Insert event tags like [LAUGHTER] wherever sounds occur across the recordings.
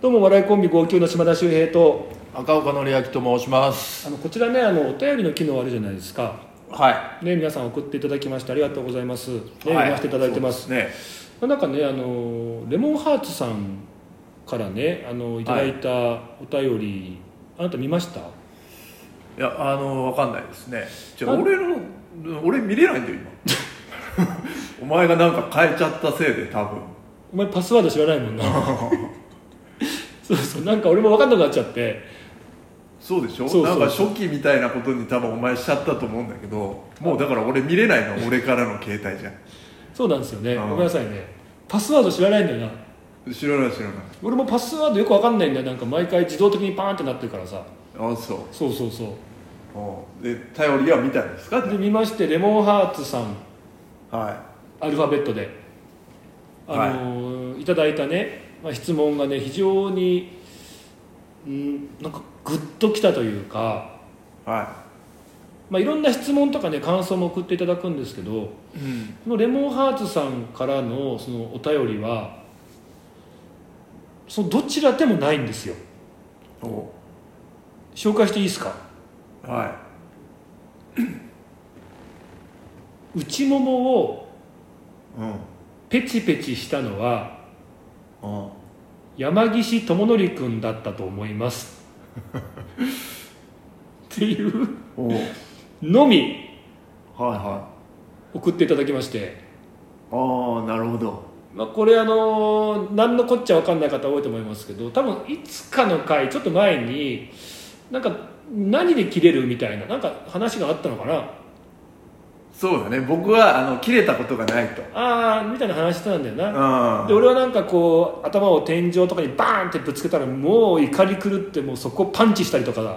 どうも笑いコンビ号泣の島田秀平と赤岡のりあきと申しますあのこちらねあのお便りの機能あるじゃないですかはね皆さん送っていただきましてありがとうございます、ねいは読ませていただいてますそうでねなんかねあのレモンハーツさんからねあのいただいたお便り、あなた見ましたいやあのわかんないですねじゃあなん俺の俺見れないんだよ [LAUGHS] 今お前がなんか変えちゃったせいで多分お前パスワード知らないもん [LAUGHS] なそうそうなんか俺も分かんなくなっちゃってそうでしょそうそうそうなんか初期みたいなことに多分お前しちゃったと思うんだけどもうだから俺見れないの [LAUGHS] は俺からの携帯じゃんそうなんですよねうんごめんなさいねパスワード知らないんだよな知らない知らない俺もパスワードよく分かんないんだよなんか毎回自動的にパーンってなってるからさあそうそうそうそううんで頼りは見たんですかで見ましてレモンハーツさんはアルファベットで、あのーい、ただいたね、まあ、質問がね非常にうんなんかグッときたというか、いはまあ、いろんな質問とかね感想も送っていただくんですけどい、うん、このレモンハーツさんからのそのお便りはそのどちらでもないんですよお紹介していいですかは内ももをいうんペチペチしたのはうん山岸智則君だったと思います [LAUGHS] っていうおはいのみは送っていただきまして、いああなるほどまあ、これあのー何のこっちゃ分かんない方多いと思いますけど多分いつかの回ちょっと前になんか何で切れるみたいななんか話があったのかなそうだね僕はあの切れたことがないとああみたいな話してたんだよなでう俺はなんかこう頭を天井とかにバーンってぶつけたらもう怒り狂ってもうそこをパンチしたりとかだん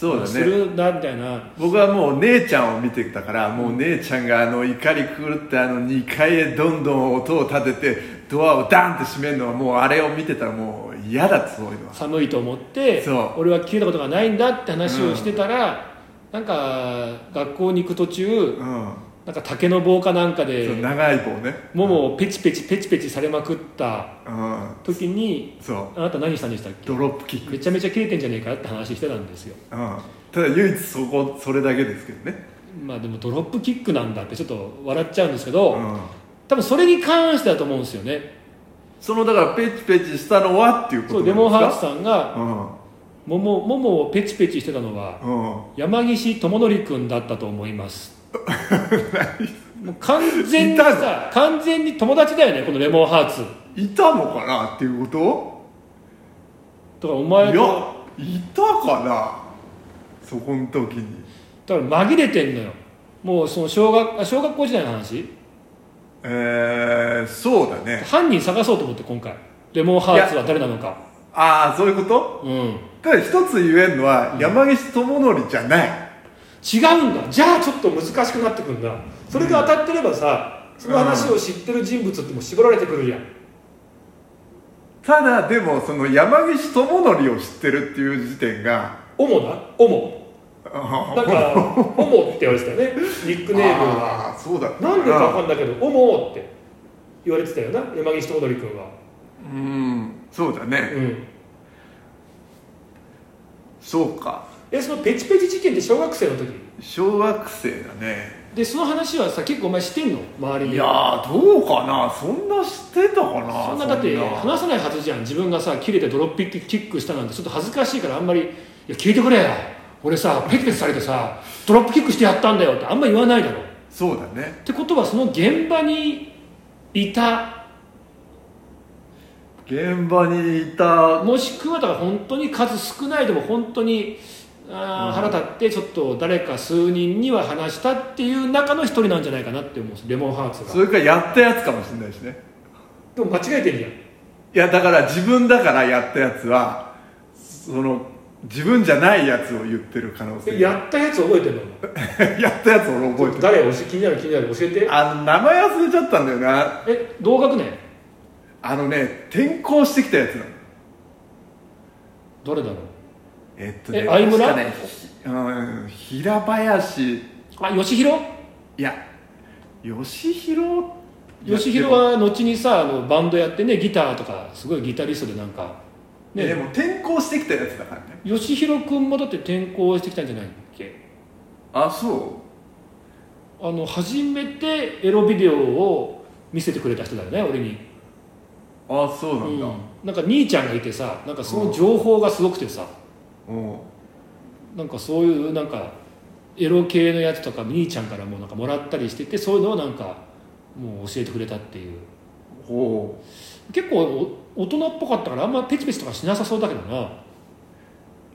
そうだすねるなみたいな僕はもう姉ちゃんを見てたからもう姉ちゃんがあの怒り狂ってあの2階へどんどん音を立ててドアをダンって閉めるのはもうあれを見てたらもう嫌だそういうのは寒いと思ってそう俺は聞いたことがないんだって話をしてたら、なんか学校に行く途中うなんか竹の棒かなんかんそうで長い棒ねももをペチペチペチペチされまくったうん時にそうあなた何したんでしたっけドロップキックめちゃめちゃ切れてんじゃねえかって話してたんですようんただ唯一そこそれだけですけどねまあでもドロップキックなんだってちょっと笑っちゃうんですけうど、ん多分それに関してだと思うんですよねそのだからペチペチしたのはっていうこそとうデモンハなーんでツすかさんが桃桃をペチペチしてたのはうんうん山岸智則君だったと思います [LAUGHS] もう完全にいたさ完全に友達だよねこのレモンハーツいたのかなっていうことだからおいや前といたかなそこの時にだから紛れてんのよもうその小学あ小学校時代の話えー、そうだね犯人探そうと思って今回レモンハーツは誰なのかああそういうことうん違うんただ一つ言えるのは、山岸智則じゃないだじゃあちょっと難しくなってくるんだそれが当たってればさその話を知ってる人物ってもう絞られてくるじゃんただでもその山岸智則を知ってるっていう時点が主な主あだから「オモ」って言われてたよねニックネームがあーそうだったなんでかわかんないけど「おも」って言われてたよな山岸智則君はうんそうだねうんそうかえそのペチペチ事件って小学生の時小学生だねでその話はさ結構お前してんの周りいにやーどうかなそんな知ってたかなそんなだってそんな話さないはずじゃん自分がさ切れてドロップキックしたなんてちょっと恥ずかしいからあんまり「いや聞いてくれよ俺さペチペチされてさドロップキックしてやったんだよ」ってあんま言わないだろっそうだねてことはその現場にいた現場にいたもしくはだから本当に数少ないでも本当にあー腹立ってちょっと誰か数人には話したっていう中の一人なんじゃないかなって思うんですレモンハーツそがれかやったやつかもしれないしねでも間違えてるじゃんいやだから自分だからやったやつはその自分じゃないやつを言ってる可能性えがやったやつ覚えてるの [LAUGHS] やったやつ俺覚えてる誰教え気になる気になる教えてあの名前忘れちゃったんだよなえ同学年あのね転校してきたやつなの誰だろうえっとねえ相村確かねひうん平林あ吉弘いや吉弘吉弘は後にさあのバンドやってねギターとかすごいギタリストでなんかねでも転校してきたやつだからね吉弘君もだって転校してきたんじゃないっけあそあの初めてエロビデオを見せてくれた人だよね俺にうあそうなんだ、うんなんか兄ちゃんがいてさなんかその情報がすごくてさ、うんなんかそういうなんかエロ系のやつとか兄ちゃんからもなんかもらったりしててそういうのをなんかもう教えてくれたっていうほ結構お大人っぽかったからあんまペチペチとかしなさそうだけどな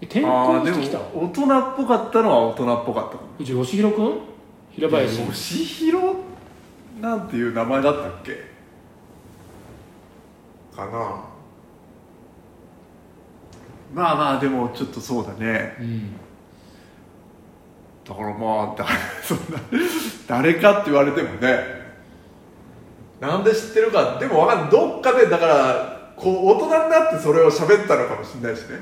えう転ああ校でしてもきた大人っぽかったのは大人っぽかったかもじゃあ吉弘君平林いや吉弘なんていう名前だったっけかなまあまあでもちょっとそうだねうんだからまあだ [LAUGHS] そんな誰かって言われてもねなんで知ってるかでもわかんないどっかでだからこう大人になってそれを喋ったのかもしれないしね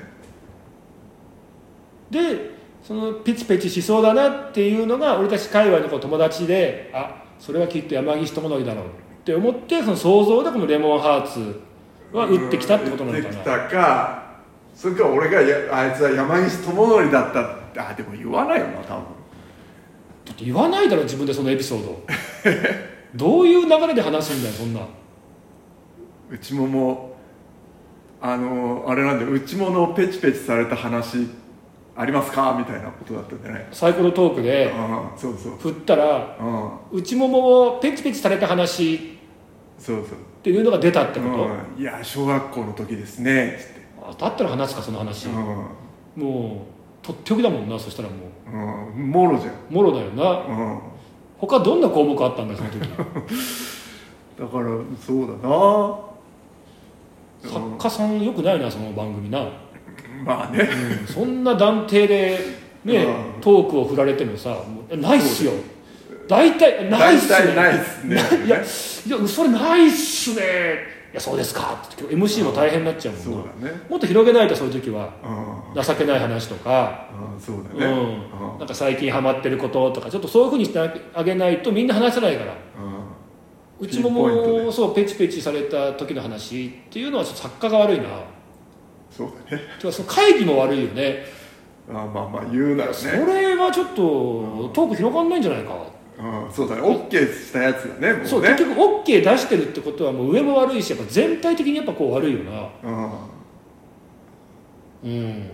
でそのピチペチしそうだなっていうのが俺たち界隈のこう友達であそれはきっと山岸智則だろうって思ってその想像でこのレモンハーツは打ってきたってことなのかうん打ってきなたかそれか俺がやあいつは山岸智則だったってあでも言わないよな多分ちょっと言わないだろ自分でそのエピソードどういう流れで話すんだよそんなうちももあのあれなんでうちものペチペチされた話ありますかみたいなことだったんじゃないサイコロトークでうんそうそう振ったらうん内ももをペチペチされた話っそうそうていうのが出たってうこと、ん、いや小学校の時ですねつっあだったら話すかその話て、うんもうとっておきだもんなそしたらもうん、もろじゃん、うもろだよなうん、他どんな項目あったんだよその時だからそうだな作家さんよくないなその番組な、まあねうんそんな断定でね、うトークを振られてもさもうないっすよ大体ない大っすね体ないっすねいやいやそれないっすねいやそうですかって MC も大変になっちゃうもんなそうだねもっと広げないとそういう時はうん情けない話とか、うんそうだうんねうんなんか最近ハマってることとかちょっとそういうふうにしてあげないとみんな話せないからううんちもピンポイントもでうそうペチペチされた時の話っていうのはちょっと作家が悪いなそうだねてかその会議も悪いよねあまあまあ言うならそねれはちょっとトーク広がんないんじゃないか、うんそうだね OK したやつだねもそううね結局 OK 出してるってことはもう上も悪いしやっぱ全体的にやっぱこう悪いよなううんん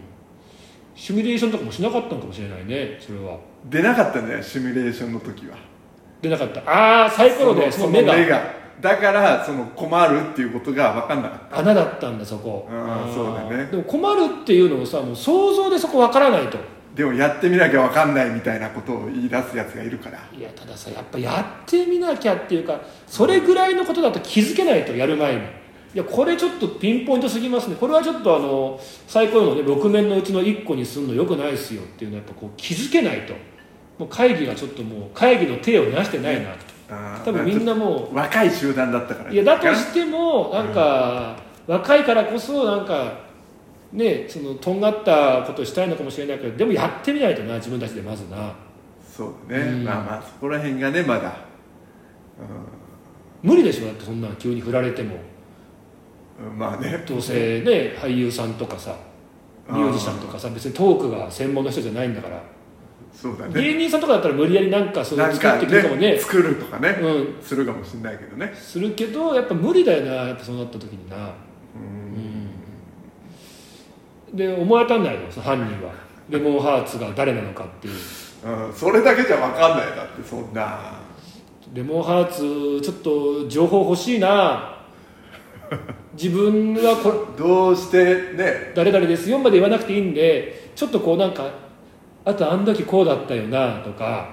シミュレーションとかもしなかったのかもしれないねそれは出なかったんだよシミュレーションの時は出なかったああサイコロでその目がだからその困るっていうことが分かんなかっ穴だったんだそこあーそうだねでも困るっていうのをさもう想像でそこわからないとたでもやってみなきゃ分かんないみたいなことを言い出すやつがいるからいやたださやっぱやってみなきゃっていうかそれぐらいのことだと気づけないとやる前にいやこれちょっとピンポイントすぎますねこれはちょっとあの最高のね6面のうちの1個にすんのよくないですよっていうのはやっぱこう気づけないともう会議がちょっともう会議の手をなしてないなとあー多分みんなちょもっと若い集団だったからういやだとしてもなんか若いからこそなんかねそのとんがったことしたいのかもしれないけどでもやってみないとな自分たちでまずなそうだね、うんまあまあそこら辺がねまだ無理でしょだってそんなん急に振られても。うんまあねどうせね俳優さんとかさミュージシャンとかさ別にトークが専門の人じゃないんだからそうだね芸人さんとかだったら無理やりなんかそなれん作かってくるかもねね作るとかね、うするかもしれないけどねするけどやっぱ無理だよなやっぱそうなった時になうんで思い当たんないのその犯人はレモンハーツが誰なのかっていううんそれだけじゃ分かんないだってそんなレモンハーツちょっと情報欲しい [LAUGHS] な自分はこれどうしてね誰々ですよまで言わなくていいんでちょっとこうなんかあとあの時こうだったよなとか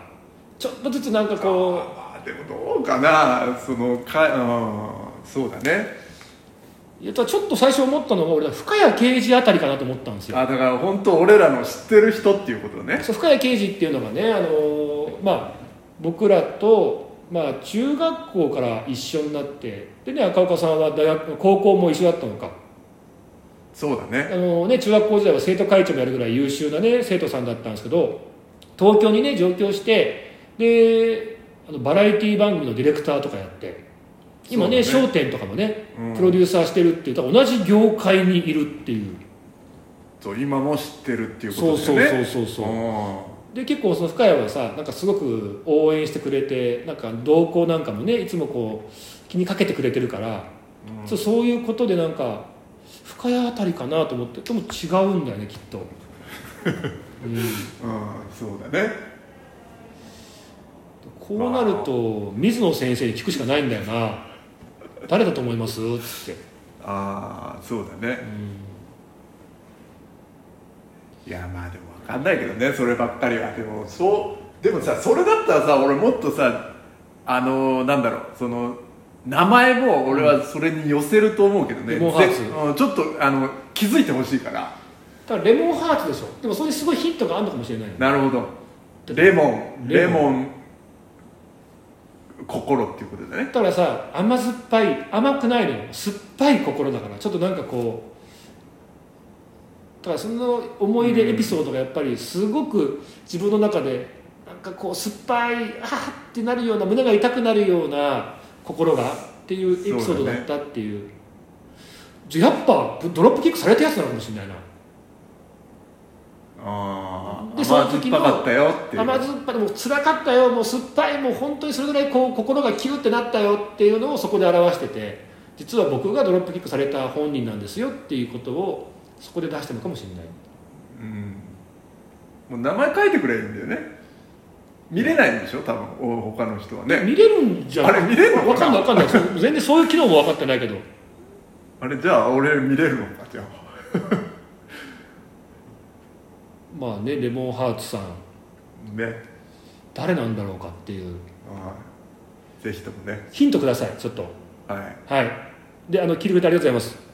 ちょっとずつなんかこあーでもどうかなそのか、うん、そうだねういやちょっと最初思ったのが俺深谷刑事あたりかなと思ったんですよあだから本当俺らの知ってる人っていうことねそう深谷刑事っていうのがねあのーまあ僕らとまあ中学校から一緒になってでね赤岡さんは大学高校も一緒だったのかそうだねあのね、中学校時代は生徒会長もやるぐらい優秀な、ね、生徒さんだったんですけど東京にね上京してであのバラエティ番組のディレクターとかやって今ねそう『だ笑点』とかもねうんプロデューサーしてるっていうだから同じ業界にいるっていうと今も知ってるっていうこそとうですそようねそうそうそううで結構その深谷はさなんかすごく応援してくれてなんか同行なんかもねいつもこう気にかけてくれてるから、うんそうそういうことでなんか深谷あたりかなと思ってでも違うんだよねきっと、うんん、うん、そうだねこうなると水野先生に聞くしかないんだよな誰だと思いますつって、ああそうだねうんいやまあでも分かんないけどねそればっかりはでもそうでもさそれだったらさ俺もっとさあのーなんだろうその名前も俺はそれに寄せると思うけどね、レモンハーツぜうんちょっとあの気づいてほしいからだからレモンハーツでしょでもそれにすごいヒントがあるのかもしれないよねなるほどレモンレレモモン心っていうことだねだからさ甘酸っぱい甘くないのよ酸っぱい心だからちょっとなんかこうだからその思い出エピソードがやっぱりすごく自分の中でなんかこう酸っぱいあーってなるような胸が痛くなるような心がっていうエピソードだったっていうじゃあやっぱドロップキックされたやつなのかもしれないなああで甘その酸っ時ぱのかったよっていう甘酸っぱいもう辛かったよもう酸っぱいもう本当にそれぐらいこう心がキュッてなったよっていうのをそこで表してて実は僕がドロップキックされた本人なんですよっていうことをそこで出したのかもしれないうんもう名前書いてくればいいんだよね見れないんでしょ多分お他の人はね見れるんじゃあれ見れるのかなわかんないわかんないそう全然そういう機能も分かってないけどあれじゃあ俺見れるのかじゃあまあねレモンハーツさんね誰なんだろうかっていうはいぜひともねヒントくださいちょっとはいはいであの聞いてくれてありがとうございます